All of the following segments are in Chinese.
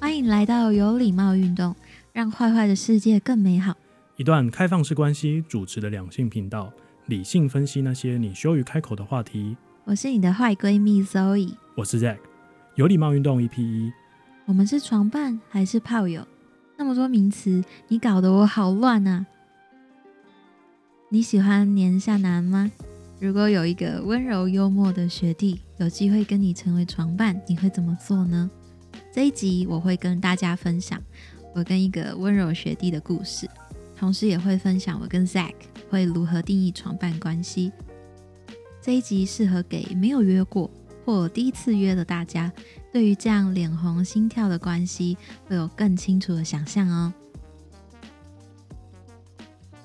欢迎来到有礼貌运动，让坏坏的世界更美好。一段开放式关系主持的两性频道，理性分析那些你羞于开口的话题。我是你的坏闺蜜 Zoe，我是 Zack，有礼貌运动 E EP 一。我们是床伴还是炮友？那么多名词，你搞得我好乱啊！你喜欢年下男吗？如果有一个温柔幽默的学弟，有机会跟你成为床伴，你会怎么做呢？这一集我会跟大家分享我跟一个温柔学弟的故事，同时也会分享我跟 Zack 会如何定义床伴关系。这一集适合给没有约过或第一次约的大家，对于这样脸红心跳的关系会有更清楚的想象哦。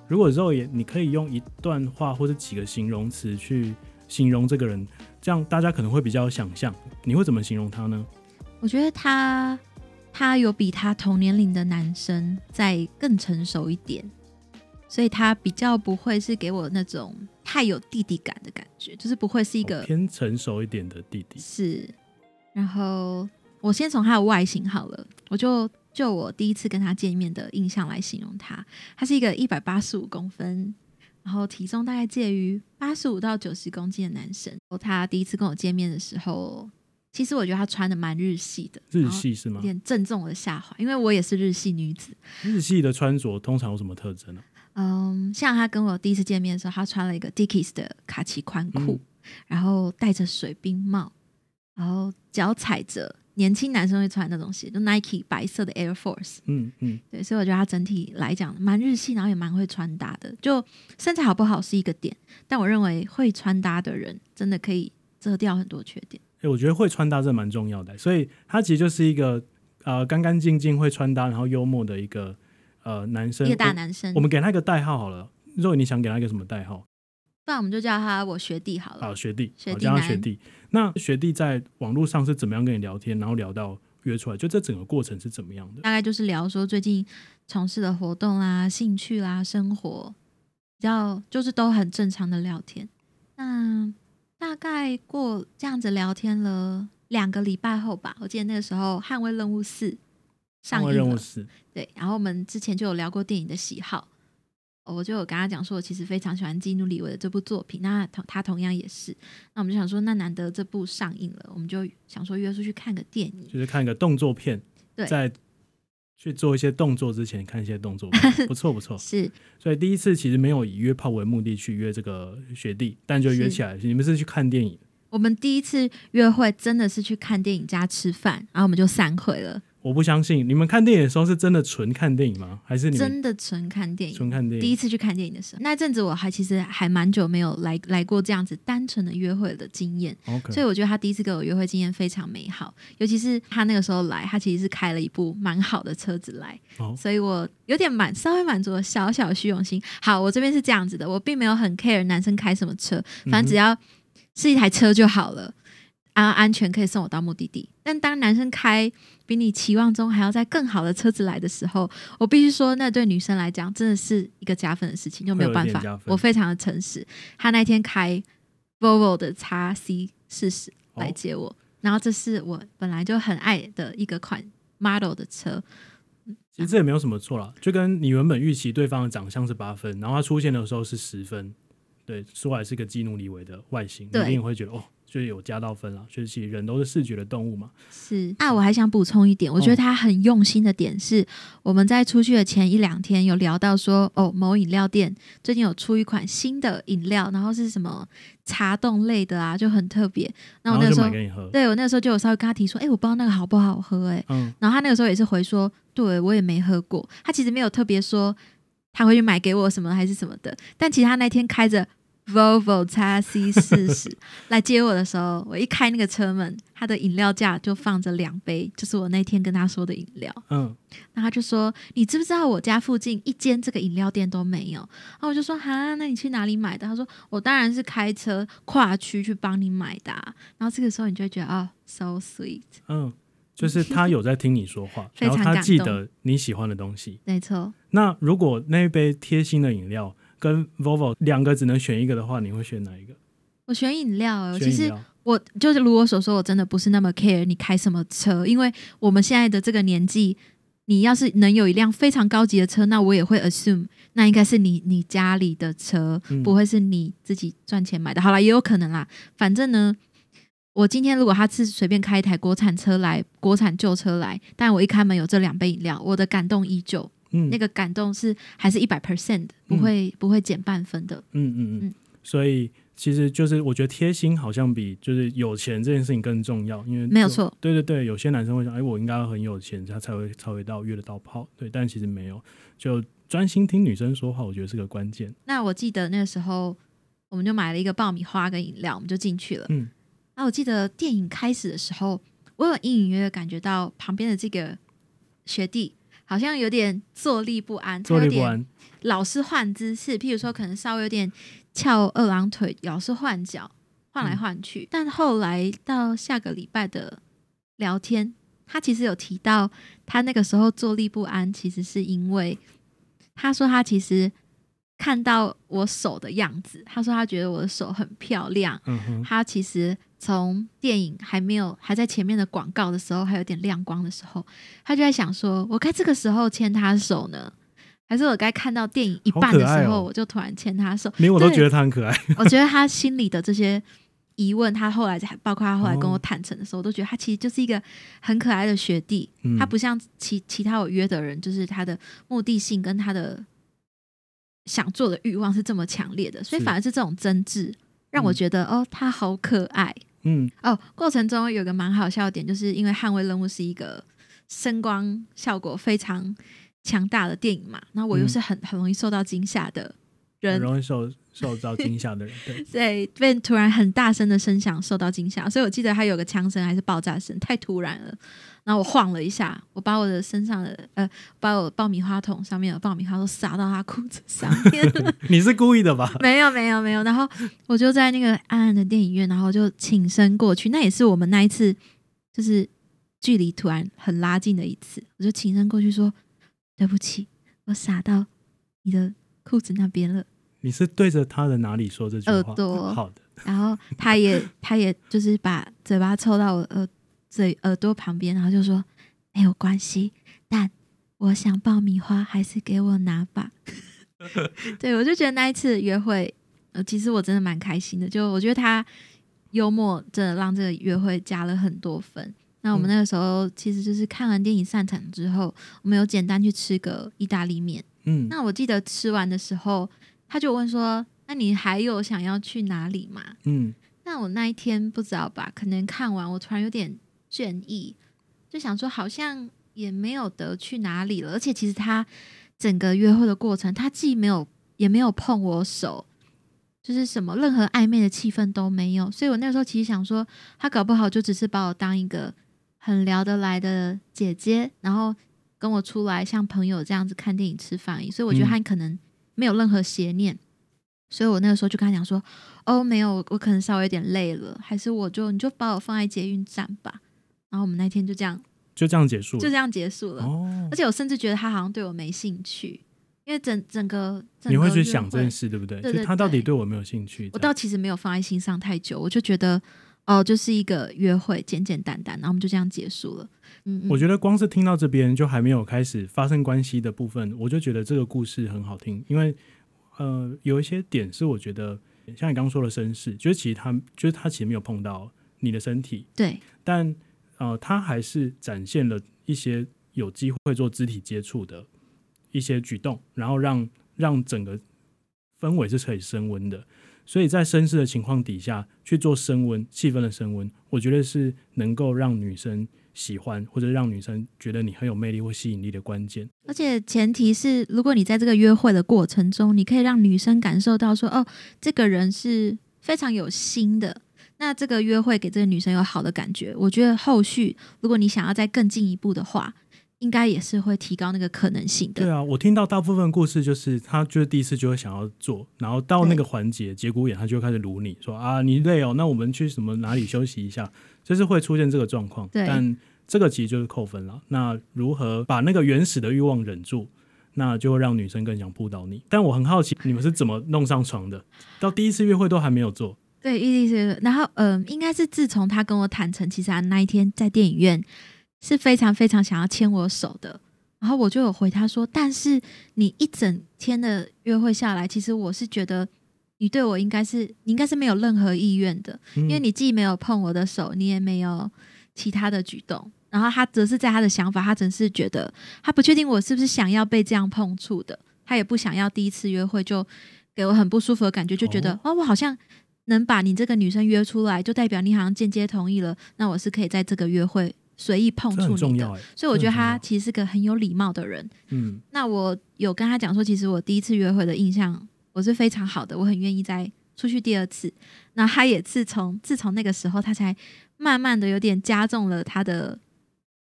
如果之后也你可以用一段话或者几个形容词去形容这个人，这样大家可能会比较有想象。你会怎么形容他呢？我觉得他他有比他同年龄的男生再更成熟一点，所以他比较不会是给我那种太有弟弟感的感觉，就是不会是一哦个偏成熟一点的弟弟。是。然后我先从他的外形好了，我就就我第一次跟他见面的印象来形容他，他是一个一百八十五公分。然后体重大概介于八十五到九十公斤的男生，然后他第一次跟我见面的时候，其实我觉得他穿的蛮日系的，日然后系是有吗？点正中我的下怀，因为我也是日系女子。日系的穿着通常有什么特征呢、啊嗯，像他跟我第一次见面的时候，他穿了一个 Dickies 的卡其宽裤嗯，然后戴着水冰帽，然后脚踩着年轻男生会穿的那种鞋，就 Nike 白色的 Air Force。嗯嗯，对，所以我觉得他整体来讲蛮日系，然后也蛮会穿搭的。就身材好不好是一个点，但我认为会穿搭的人真的可以遮掉很多缺点。哎、我觉得会穿搭这蛮重要的，所以他其实就是一个呃干干净净会穿搭，然后幽默的一个呃男生。一个大我男生，我们给他一个代号好了。肉，你想给他一个什么代号？不然我们就叫他我学弟好了。啊，学弟，呃学好弟叫他男学弟。那学弟在网络上是怎么样跟你聊天，然后聊到约出来，就这整个过程是怎么样的？大概就是聊说最近从事的活动啦、兴趣啦、生活，比较就是都很正常的聊天。那大概过这样子聊天了两个礼拜后吧，我记得那个时候《捍卫任务四》上换映任务了，是对，然后我们之前就有聊过电影的喜好。哦我就有跟他讲说，我其实非常喜欢基努里维的这部作品，那同他同样也是。那我们就想说，那难得这部上映了，我们就想说约出去看个电影。就是看一个动作片，对在去做一些动作之前看一些动作 片，不错不错。是所以第一次其实没有以约炮为目的去约这个学弟，但就约是起来。你们是去看电影，我们第一次约会真的是去看电影加吃饭，然后我们就散会了，我不相信你们看电影的时候是真的纯看电影吗？还是你们真的纯看电纯影。看电第一影？次去看电影的时候，那阵子我还其实还蛮久没有来来过这样子单纯的约会的经验，所 OK，以我觉得他第一次给我约会经验非常美好，尤其是他那个时候来，他其实是开了一部蛮好的车子来，哦所以我有点满稍微满足了小小的虚荣心。好，我这边是这样子的，我并没有很 care 男生开什么车，嗯反正只要是一台车就好了，安安全可以送我到目的地。但当男生开比你期望中还要在更好的车子来的时候，我必须说，那对女生来讲真的是一个加分的事情，就没有办会有一点加法。分我非常的诚实，他那天开 Volvo 的 x C 四十哦来接我，然后这是我本来就很爱的一个款 model 的车，其实这也没有什么错啦，就跟你原本预期对方的长相是八分，然后他出现的时候是十分，对，说来是个基努里维的外形，你对一定会觉得哦，就是有加到分了。就是其实人都是视觉的动物嘛，是啊，我还想补充一点，我觉得哦他很用心的点是，我们在出去的前一两天有聊到说，哦，某饮料店最近有出一款新的饮料，然后是什么茶冻类的啊，就很特别。那然我后那时就候买，给你喝。对我那时候就有稍微跟他提说，哎、我不知道那个好不好喝、哎，嗯，然后他那个时候也是回说，对我也没喝过。他其实没有特别说他会去买给我什么还是什么的，但其实他那天开着 Volvo XC 四十来接我的时候，我一开那个车门，他的饮料架就放着两杯，就是我那天跟他说的饮料。嗯，那他就说：“你知不知道我家附近一间这个饮料店都没有？”然后我就说：“哈，那你去哪里买的？”他说：“我当然是开车跨区去帮你买的啊、然后这个时候你就会觉得哦，so sweet，嗯， 就是他有在听你说话，非然常后他感记动得你喜欢的东西。没错，那如果那一杯贴心的饮料跟 Volvo 两个只能选一个的话，你会选哪一个？我选饮料、欸，我选其饮实料。我就是如我所说，我真的不是那么 care 你开什么车，因为我们现在的这个年纪，你要是能有一辆非常高级的车，那我也会 assume 那应该是你你家里的车，嗯不会是你自己赚钱买的。好啦，也有可能啦，反正呢。我今天如果他是随便开一台国产车来，国产旧车来，但我一开门有这两杯饮料，我的感动依旧，嗯，那个感动是还是一百 percent 不嗯会、不会减半分的。嗯嗯嗯嗯，所以其实就是我觉得贴心好像比就是有钱这件事情更重要，因为没有就错。对对对，有些男生会想，哎，我应该要很有钱，他才会才会到约得到炮，对，但其实没有，就专心听女生说话，我觉得是个关键。那我记得那时候我们就买了一个爆米花跟饮料，我们就进去了。嗯，啊，我记得电影开始的时候，我有隐隐约约感觉到旁边的这个学弟好像有点坐立不安，他坐立有不点安，老是换姿势，譬如说可能稍微有点翘二郎腿，老是换脚，换来换去。但后来到下个礼拜的聊天，他其实有提到，他那个时候坐立不安，其实是因为他说他其实看到我手的样子，他说他觉得我的手很漂亮，嗯哼，他其实从电影还没有还在前面的广告的时候，还有点亮光的时候，他就在想说，我该这个时候牵他手呢，还是我该看到电影一半的好可爱时候，哦我就突然牵他 手？连我都对觉得他很可爱。我觉得他心里的这些疑问，他后来才包括他后来跟哦我坦诚的时候，我都觉得他其实就是一个很可爱的学弟，嗯，他不像其其他我约的人，就是他的目的性跟他的想做的欲望是这么强烈的，所以是反而是这种争执让我嗯觉得、哦，他好可爱嗯哦。过程中有个蛮好笑的点，就是因为《捍卫任务》是一个声光效果非常强大的电影嘛，那我又嗯是很很容易受到惊吓的很人，容易受受到惊吓的人，对，对，被突然很大声的声响受到惊吓，所以我记得他有个枪声还是爆炸声，太突然了。然后我晃了一下，我把我的身上的呃，把我爆米花桶上面的爆米花都撒到他裤子上面 了。你是故意的吧？没有，没有，没有。然后我就在那个暗暗的电影院，然后就挺身过去。那也是我们那一次就是距离突然很拉近的一次，我就挺身过去说：“对不起，我撒到你的裤子那边了。”你是对着他的哪里说这句耳话？朵好的，然后他也他也就是把嘴巴凑到我耳嘴耳朵旁边，然后就说没有关系，但我想爆米花还是给我拿吧。 对我就觉得那一次约会，呃，其实我真的蛮开心的，就我觉得他幽默真的让这个约会加了很多分。那我们嗯那个时候其实就是看完电影散场之后，我们有简单去吃个意大利面。嗯，那我记得吃完的时候，他就问说：“那你还有想要去哪里吗？”嗯那我那一天不知道吧，可能看完我突然有点倦意，就想说好像也没有得去哪里了。而且其实他整个约会的过程，他既没有也没有碰我手，就是什么任何暧昧的气氛都没有。所以我那时候其实想说，他搞不好就只是把我当一个很聊得来的姐姐，然后跟我出来像朋友这样子看电影、吃饭而已。所以我觉得嗯他可能没有任何邪念。所以我那个时候就跟他讲说，哦，没有，我可能稍微有点累了，还是我就你就把我放在捷运站吧。然后我们那天就这样就这样结束就了。这样结束了。哦而，且我甚至觉得他好像对我没兴趣，因为整整个整个你会去约想这件事，对不对？对就对他到底对对我有没有兴趣？我这样倒其实没有放在心上太久，我就觉得哦，就是一个约会，简简单单，然后我们就这样结束了。嗯，嗯我觉得光是听到这边就还没有开始发生关系的部分，我就觉得这个故事很好听，因为呃，有一些点是我觉得像你刚刚说的绅士，就是其实他就是他其实没有碰到你的身体，对，但呃，他还是展现了一些有机会做肢体接触的一些举动，然后让让整个氛围是可以升温的。所以在绅士的情况底下去做升温气氛的升温，我觉得是能够让女生喜欢或者让女生觉得你很有魅力或吸引力的关键。而且前提是，如果你在这个约会的过程中，你可以让女生感受到说，哦，这个人是非常有心的。那这个约会给这个女生有好的感觉，我觉得后续如果你想要再更进一步的话，应该也是会提高那个可能性的。对啊，我听到大部分故事就是他就是第一次就会想要做，然后到那对个环节节骨眼，他就会开始撸你说啊，你累哦，那我们去什么哪里休息一下，就是会出现这个状况。对但这个其实就是扣分了。那如何把那个原始的欲望忍住？那就会让女生更想扑倒你。但我很好奇，你们是怎么弄上床的？到第一次约会都还没有做，对，伊丽是，然后嗯、应该是自从他跟我坦诚，其实他那一天在电影院是非常非常想要牵我手的。然后我就有回他说，但是你一整天的约会下来，其实我是觉得你对我应该是你应该是没有任何意愿的，因因为你既没有碰我的手，你也没有其他的举动。然后他则是在他的想法，他只是觉得他不确定我是不是想要被这样碰触的，他也不想要第一次约会就给我很不舒服的感觉，就觉得哦我好像能把你这个女生约出来，就代表你好像间接同意了，那我是可以在这个约会随意碰这很触重你要的。哎、所以我觉得这很重他要其实是个很有礼貌的人。嗯，那我有跟他讲说，其实我第一次约会的印象我是非常好的，我很愿意再出去第二次。那他也自从自从那个时候，他才慢慢的有点加重了他的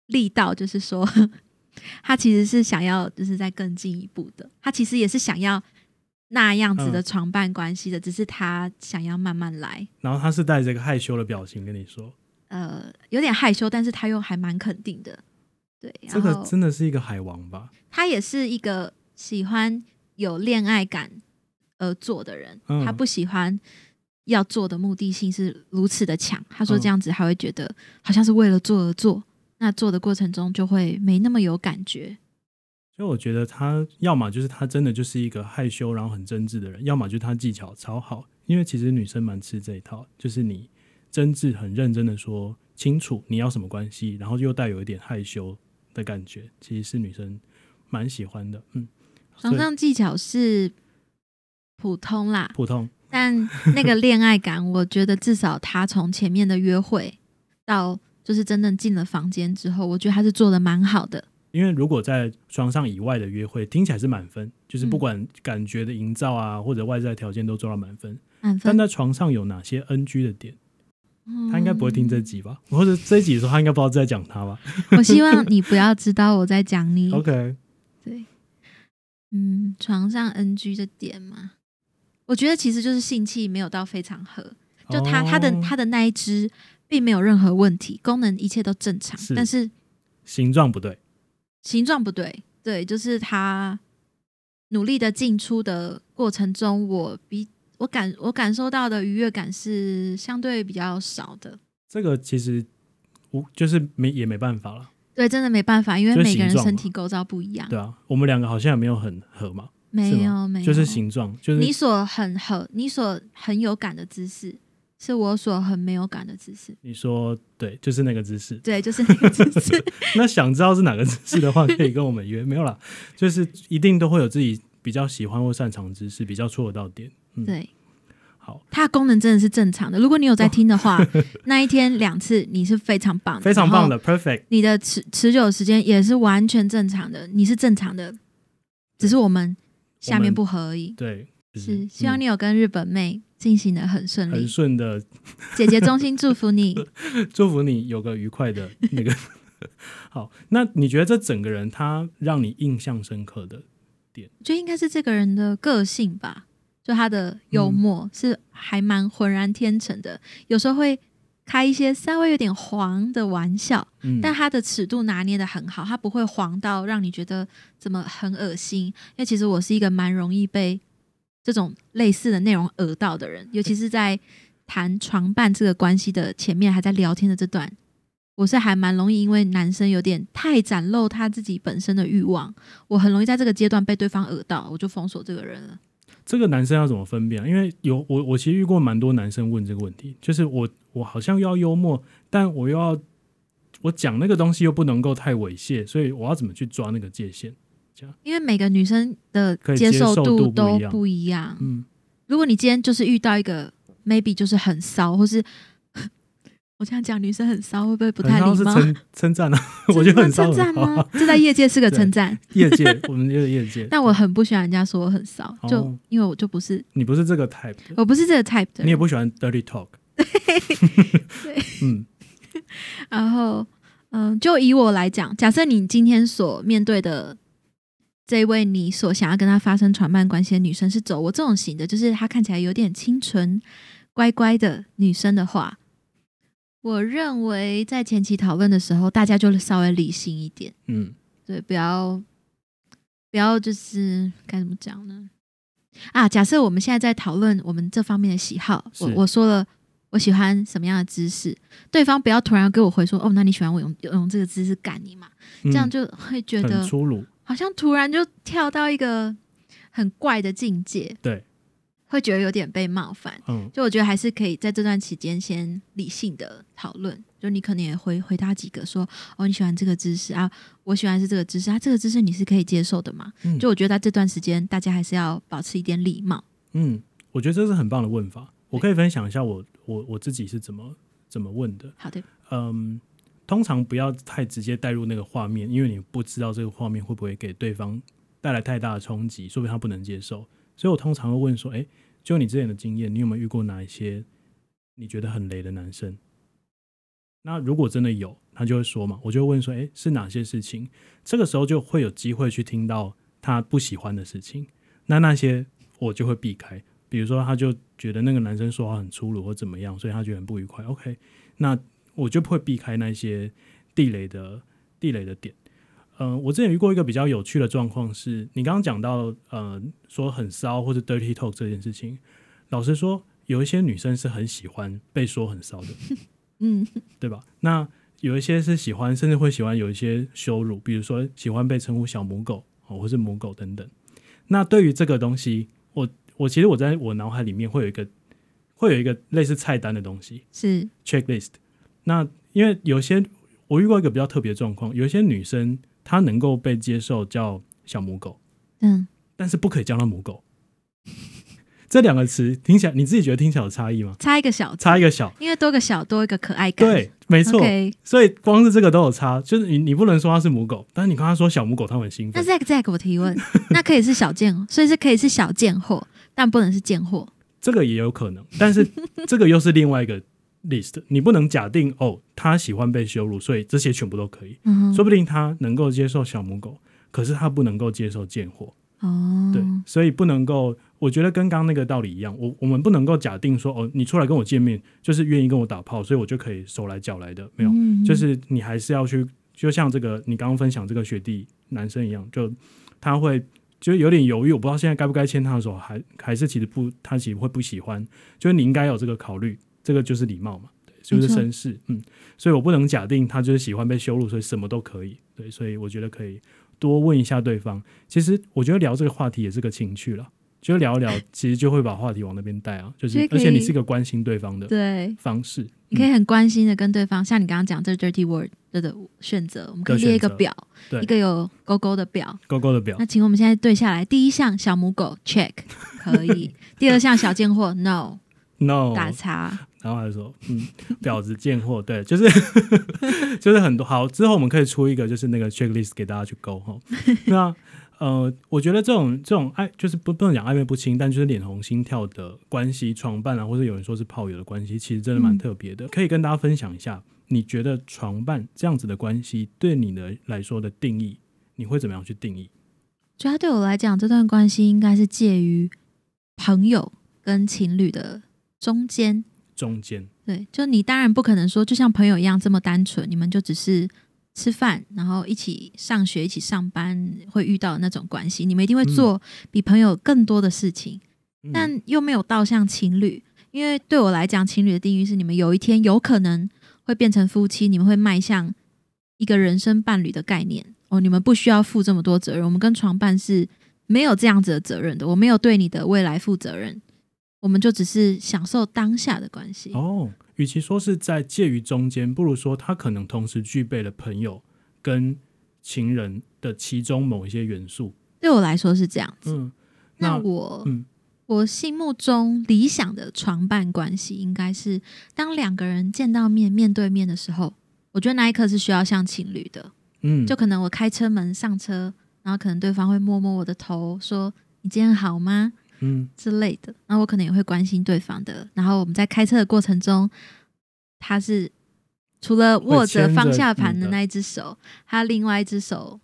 力道，就是说 他其实是想要就是再更进一步的，他其实也是想要那样子的嗯床伴关系的，只是他想要慢慢来。然后他是带着一个害羞的表情跟你说，呃，有点害羞，但是他又还蛮肯定的，对。这然后。个真的是一个海王吧？他也是一个喜欢有恋爱感而做的人，嗯他不喜欢要做的目的性是如此的强。他说嗯这样子还会觉得好像是为了做而做，那做的过程中就会没那么有感觉。所以我觉得他要么就是他真的就是一个害羞然后很真挚的人，要么就是他技巧超好。因为其实女生蛮吃这一套，就是你真挚很认真的说清楚你要什么关系，然后又带有一点害羞的感觉，其实是女生蛮喜欢的。嗯，所床以上技巧是普通啦，普通但那个恋爱感，我觉得至少他从前面的约会到就是真正进了房间之后，我觉得他是做的蛮好的。因为如果在床上以外的约会，听起来是满分，就是嗯不管感觉的营造啊，或者外在条件都做到满分。满但分，在床上有哪些 NG 的点？他应该不会听这嗯集吧？或者这一集的时候，他应该不知道在讲他吧 我希望你不要知道我在讲你。 ？OK，对，嗯，床上 NG 的点嘛，我觉得其实就是性气没有到非常合，就他、他的哦他的那一只并没有任何问题，功能一切都正常，是但是形状不对，形状不对，对，就是他努力的进出的过程中，我比我感我感受到的愉悦感是相对比较少的。这个其实无就是没也没办法了，对，真的没办法，因为就是每个形人状身嘛体构造不一样，对啊，我们两个好像也没有很合嘛，没是有没有，就是形状，就是哎你所很很你所很有感的姿势，是我所很没有感的姿势。你说对，就是那个姿势。对，就是那个 姿势。那想知道是哪个姿势的话，可以跟我们约， 没有啦，就是一定都会有自己比较喜欢或擅长的姿势，比较戳得到点。嗯，对，好，它的功能真的是正常的。如果你有在听的 话，那一天两次你是非常棒的，非常棒。的，perfect。你的持持久时间也是完全正常的，你是正常的，只是我们下面不合而已。对，就是是，希望你、你有跟日本妹进行的很顺嗯利很。顺的 姐姐衷心祝福你。祝福你有个愉快的 那个。好，那你觉得这整个人他让你印象深刻的，我觉得应该是这个人的个性吧，就他的幽默、是还蛮浑然天成的，有时候会开一些稍微有点黄的玩笑，嗯，但他的尺度拿捏的很好，他不会黄到让你觉得怎么很恶心。因为其实我是一个蛮容易被这种类似的内容讹到的人，尤其是在谈床伴这个关系的前面还在聊天的这段，我是还蛮容易因为男生有点太展露他自己本身的欲望，我很容易在这个阶段被对方讹到，我就封锁这个人了。这个男生要怎么分辨啊？因为有我，我其实遇过蛮多男生问这个问题，就是我我好像又要幽默，但我又要我讲那个东西又不能够太猥亵，所以我要怎么去抓那个界限？因为每个女生的可以接接受度度都不一样不一样。嗯，如果你今天就是遇到一个 maybe 就是很骚，或是 我这样讲女生很骚，会不会不太很骚礼是貌？ 称称赞 啊，这我觉是得很骚称赞很好吗 啊。？这在业界是个称赞，业界，我们就是业界。但我很不喜欢人家说我很骚，哦就因为我就不是，你不是这个 type，的我不是这个 type 的你也人。不喜欢 dirty talk。嗯，然后，嗯，就以我来讲，假设你今天所面对的这位你所想要跟她发生床伴关系的女生是走我这种型的，就是她看起来有点清纯、乖乖的女生的话，我认为在前期讨论的时候，大家就稍微理性一点。嗯，对，不要不要，就是该怎么讲呢？啊，假设我们现在在讨论我们这方面的喜好，我是我说了我喜欢什么样的姿势，对方不要突然给我回说哦，那你喜欢我用用这个姿势干你嘛？嗯 这样就会觉很得粗鲁。好像突然就跳到一个很怪的境界，对，会觉得有点被冒犯。嗯，就我觉得还是可以在这段期间先理性的讨论，就你可能也回回答几个说，哦，你喜欢这个姿势啊，我喜欢是这个姿势啊，这个姿势你是可以接受的嘛？嗯就我觉得在这段时间，大家还是要保持一点礼貌。嗯，我觉得这是很棒的问法。我可以分享一下我我我自己是怎么怎么问的。好的，嗯，通常不要太直接带入那个画面，因为你不知道这个画面会不会给对方带来太大的冲击，说不定他不能接受。所以我通常会问说：“哎、就你之前的经验，你有没有遇过哪一些你觉得很雷的男生？”那如果真的有，他就会说嘛，我就会问说：“哎、是哪些事情？”这个时候就会有机会去听到他不喜欢的事情。那那些我就会避开，比如说他就觉得那个男生说话很粗鲁或怎么样，所以他觉得很不愉快。OK，那我就会避开那些地雷的地雷的点。嗯、我之前遇过一个比较有趣的状况是，你刚刚讲到呃说很骚或者 dirty talk 这件事情，老实说，有一些女生是很喜欢被说很骚的，嗯，对吧？那有一些是喜欢，甚至会喜欢有一些羞辱，比如说喜欢被称呼小母狗哦，或是母狗等等。那对于这个东西，我我其实我在我脑海里面会有一个会有一个类似菜单的东西，是 checklist。那因为有些我遇过一个比较特别的状况，有一些女生她能够被接受叫小母狗，嗯，但是不可以叫她母狗。 这两个词听起来，你自己觉得听起来有差异吗？差一个小，差一个小，因为多个小多一个可爱感。对，没错。 ，OK。所以光是这个都有差，就是你你不能说它是母狗，但是你跟他说小母狗，他们很兴那奋。 Zack Zack，我 提问，那可以是小贱，所以是可以是小贱货，但不能是贱货。这个也有可能，但是这个又是另外一个 list，你不能假定哦，他喜欢被羞辱，所以这些全部都可以。嗯说哼，不定他能够接受小母狗，可是他不能够接受贱货。哦，对，所以不能够，我觉得跟刚刚那个道理一样，我我们不能够假定说，哦，你出来跟我见面就是愿意跟我打炮，所以我就可以手来脚来的，没有，嗯，就是你还是要去，就像这个你刚刚分享这个学弟男生一样，就他会就是有点犹豫，我不知道现在该不该牵他的手，还还是其实不，他其实会不喜欢，就是你应该有这个考虑，这个就是礼貌嘛，对，就没是错绅士，嗯，所以我不能假定他就是喜欢被羞辱，所以什么都可以，对，所以我觉得可以多问一下对方。其实我觉得聊这个话题也是个情趣了，就聊一聊，其实就会把话题往那边带啊，就是所以可而以且你是一个关心对方的对，方式，你可嗯以很关心的跟对方，像你刚刚讲这 dirty word 的的选择，我们可以列一个表，对一个有勾勾的表。勾勾的表那。请我们现在对下来，第一项小母狗 check 可以，第二项小贱货 no No，打叉，然后他就说，嗯， 婊子贱货，对，就是 就是很多好。之后我们可以出一个就是那个 checklist 给大家去勾哈。那呃，我觉得这种这种爱就是不不能讲暧昧不清，但就是脸红心跳的关系，床伴啊，或者有人说是炮友的关系，其实真的蛮特别的，可以跟大家分享一下。你觉得床伴这样子的关系对你的来说的定义，你会怎么样去定义？主要对我来讲，这段关系应该是介于朋友跟情侣的中间。中间，对，就你当然不可能说就像朋友一样这么单纯，你们就只是吃饭，然后一起上学、一起上班会遇到的那种关系，你们一定会做比朋友更多的事情。嗯、但又没有到像情侣，因为对我来讲，情侣的定义是你们有一天有可能会变成夫妻，你们会迈向一个人生伴侣的概念哦。你们不需要负这么多责任，我们跟床伴是没有这样子的责任的，我没有对你的未来负责任，我们就只是享受当下的关系。哦，与其说是在介于中间，不如说他可能同时具备了朋友跟情人的其中某一些元素。对我来说是这样子。嗯，那那我，嗯我心目中理想的床伴关系，应该是当两个人见到面、面对面的时候，我觉得那一刻是需要像情侣的。嗯，就可能我开车门上车，然后可能对方会摸摸我的头，说“你今天好吗嗯”之类的。然后我可能也会关心对方的。然后我们在开车的过程中，他是除了握着方向盘的那一只手，他另外一只手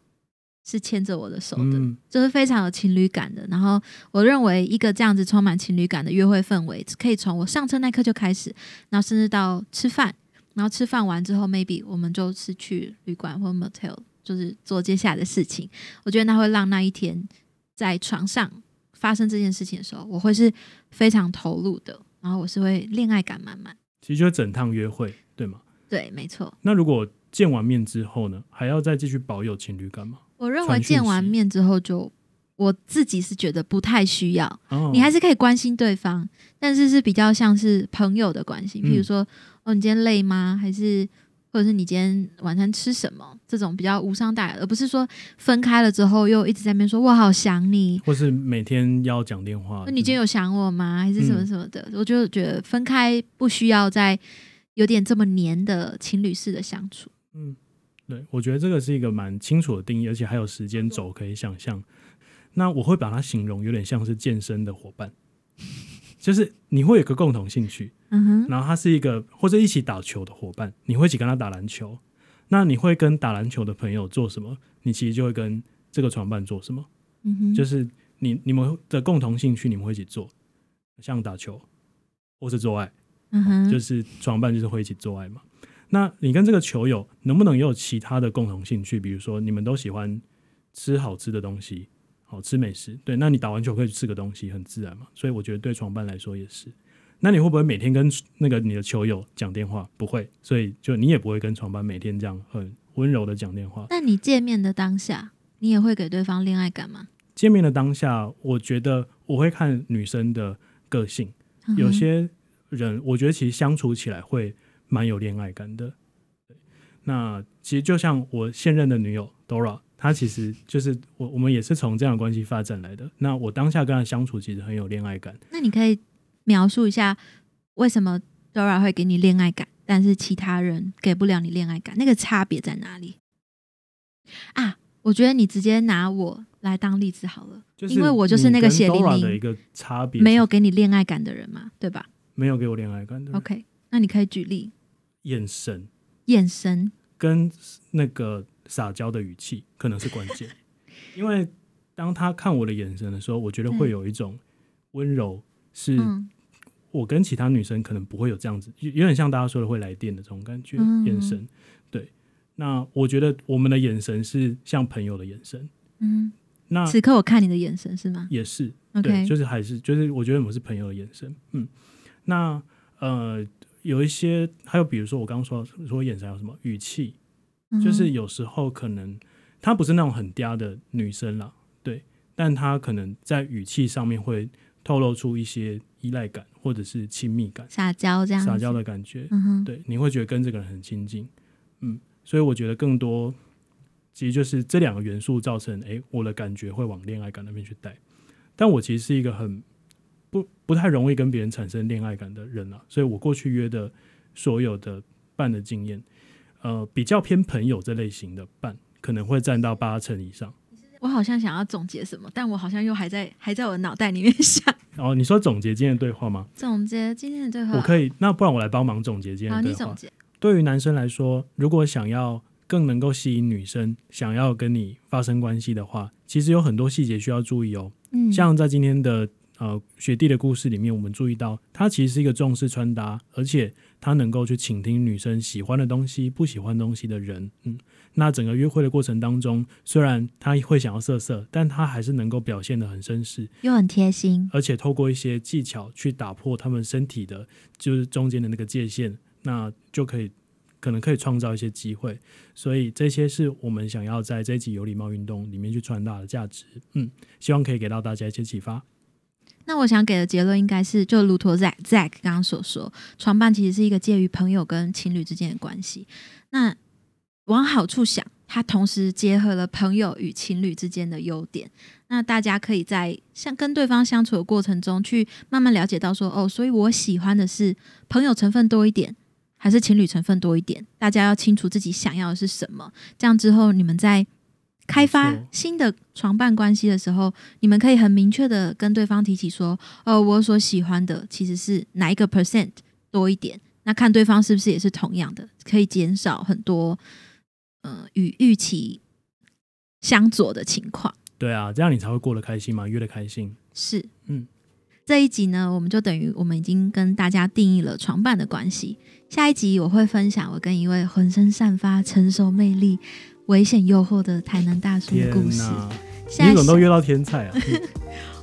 是牵着我的手的，嗯就是非常有情侣感的。然后我认为一个这样子充满情侣感的约会氛围，可以从我上车那一刻就开始，然后甚至到吃饭，然后吃饭完之后，maybe 我们就是去旅馆或 motel，就是做接下来的事情。我觉得那会让那一天在床上发生这件事情的时候，我会是非常投入的，然后我是会恋爱感满满。其实就是整趟约会，对吗？对，没错。那如果见完面之后呢，还要再继续保有情侣感吗？我认为传讯见完息面之后就，我自己是觉得不太需要，哦，你还是可以关心对方，但是是比较像是朋友的关系，嗯譬如说，哦，你今天累吗？还是或者是你今天晚餐吃什么？这种比较无伤大雅，而不是说分开了之后又一直在那边说我好想你，或是每天要讲电话？你今天有想我吗？还是什么嗯什么的？我就觉得分开不需要再有点这么黏的情侣式的相处。嗯，对，我觉得这个是一个蛮清楚的定义，而且还有时间轴可以想象。那我会把它形容有点像是健身的伙伴，就是你会有个共同兴趣，嗯哼，然后他是一个或者一起打球的伙伴，你会一起跟他打篮球。那你会跟打篮球的朋友做什么？你其实就会跟这个床伴做什么，嗯哼，就是是你你们的共同兴趣，你们会一起做，像打球或是做爱。嗯哼，就是床伴就是会一起做爱嘛。那你跟这个球友能不能也有其他的共同兴趣？比如说你们都喜欢吃好吃的东西，好吃美食，对，那你打完球可以去吃个东西，很自然嘛。所以我觉得对床伴来说也是。那你会不会每天跟那个你的球友讲电话？不会，所以就你也不会跟床伴每天这样很温柔的讲电话。那你见面的当下，你也会给对方恋爱感吗？见面的当下，我觉得我会看女生的个性。嗯哼有些人，我觉得其实相处起来会蛮有恋爱感的。对，那其实就像我现任的女友 Dora，她其实就是我，我们也是从这样的关系发展来的。那我当下跟她相处其实很有恋爱感。那你可以描述一下为什么 Dora 会给你恋爱感，但是其他人给不了你恋爱感，那个差别在哪里？啊，我觉得你直接拿我来当例子好了，就是因为我就是那个血你跟淋 Dora 淋的一个差别，没有给你恋爱感的人嘛，对吧没有给我恋爱感的人？OK，那你可以举例，眼神眼神，跟那个撒娇的语气可能是关键，因为当他看我的眼神的时候，我觉得对会有一种温柔是。嗯我跟其他女生可能不会有这样子，有有点像大家说的会来电的这种感觉，嗯眼神。对，那我觉得我们的眼神是像朋友的眼神，嗯，那此刻我看你的眼神是吗也是啊对， ？OK，就是还是就是我觉得我们是朋友的眼神。嗯，那呃，有一些还有比如说我刚刚说说眼神还有什么语气，就是嗯有时候可能她不是那种很嗲的女生啦，对，但她可能在语气上面会透露出一些依赖感或者是亲密感。撒娇这样，撒娇，的感觉，嗯哼，对，你会觉得跟这个人很亲近，嗯，所以我觉得更多其实就是这两个元素造成，诶，我的感觉会往恋爱感那边去带。但我其实是一个很不不太容易跟别人产生恋爱感的人啊，所以我过去约的所有的伴的经验，呃，比较偏朋友这类型的伴，可能会占到八成以上。我好像想要总结什么，但我好像又还在还在我的脑袋里面想然哦后你说总结今天的对话吗？总结今天的对话。我可以，那不然我来帮忙总结今天好，的对你话。总结。对于男生来说，如果想要更能够吸引女生，想要跟你发生关系的话，其实有很多细节需要注意哦。嗯，像在今天的呃雪地的故事里面，我们注意到他其实是一个重视穿搭，而且他能够去倾听女生喜欢的东西、不喜欢的东西的人。嗯，那整个约会的过程当中，虽然他会想要色色，但他还是能够表现得很绅士，又很贴心，而且透过一些技巧去打破他们身体的，就是中间的那个界限，那就可以可能可以创造一些机会。所以这些是我们想要在这一集有礼貌运动里面去传达的价值。嗯，希望可以给到大家一些启发。那我想给的结论应该是，就如同 Zack Zack 刚刚所说，床伴其实是一个介于朋友跟情侣之间的关系。那往好处想，它同时结合了朋友与情侣之间的优点。那大家可以在像跟对方相处的过程中，去慢慢了解到说，哦，所以我喜欢的是朋友成分多一点，还是情侣成分多一点？大家要清楚自己想要的是什么。这样之后，你们在开发没错新的床伴关系的时候，你们可以很明确的跟对方提起说，哦，我所喜欢的其实是哪一个 percent 多一点。那看对方是不是也是同样的，可以减少很多呃与预期相左的情况。对啊，这样你才会过得开心嘛，约得开心。是，嗯，这一集呢，我们就等于我们已经跟大家定义了床伴的关系。下一集我会分享我跟一位浑身散发成熟魅力、危险诱惑的台南大叔的天故事。哪，现你在怎么都想约到天才啊？嗯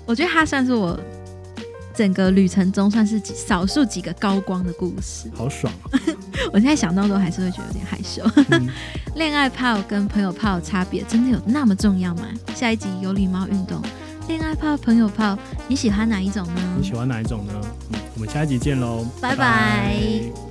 我觉得他算是我整个旅程中算是几少数几个高光的故事。 好爽啊！我现在想到都还是会觉得有点害羞。 嗯恋爱泡跟朋友泡的差别真的有那么重要吗？下一集有礼貌运动，恋爱泡、朋友泡，你喜欢哪一种呢？你喜欢哪一种呢？嗯我们下一集见喽，拜拜拜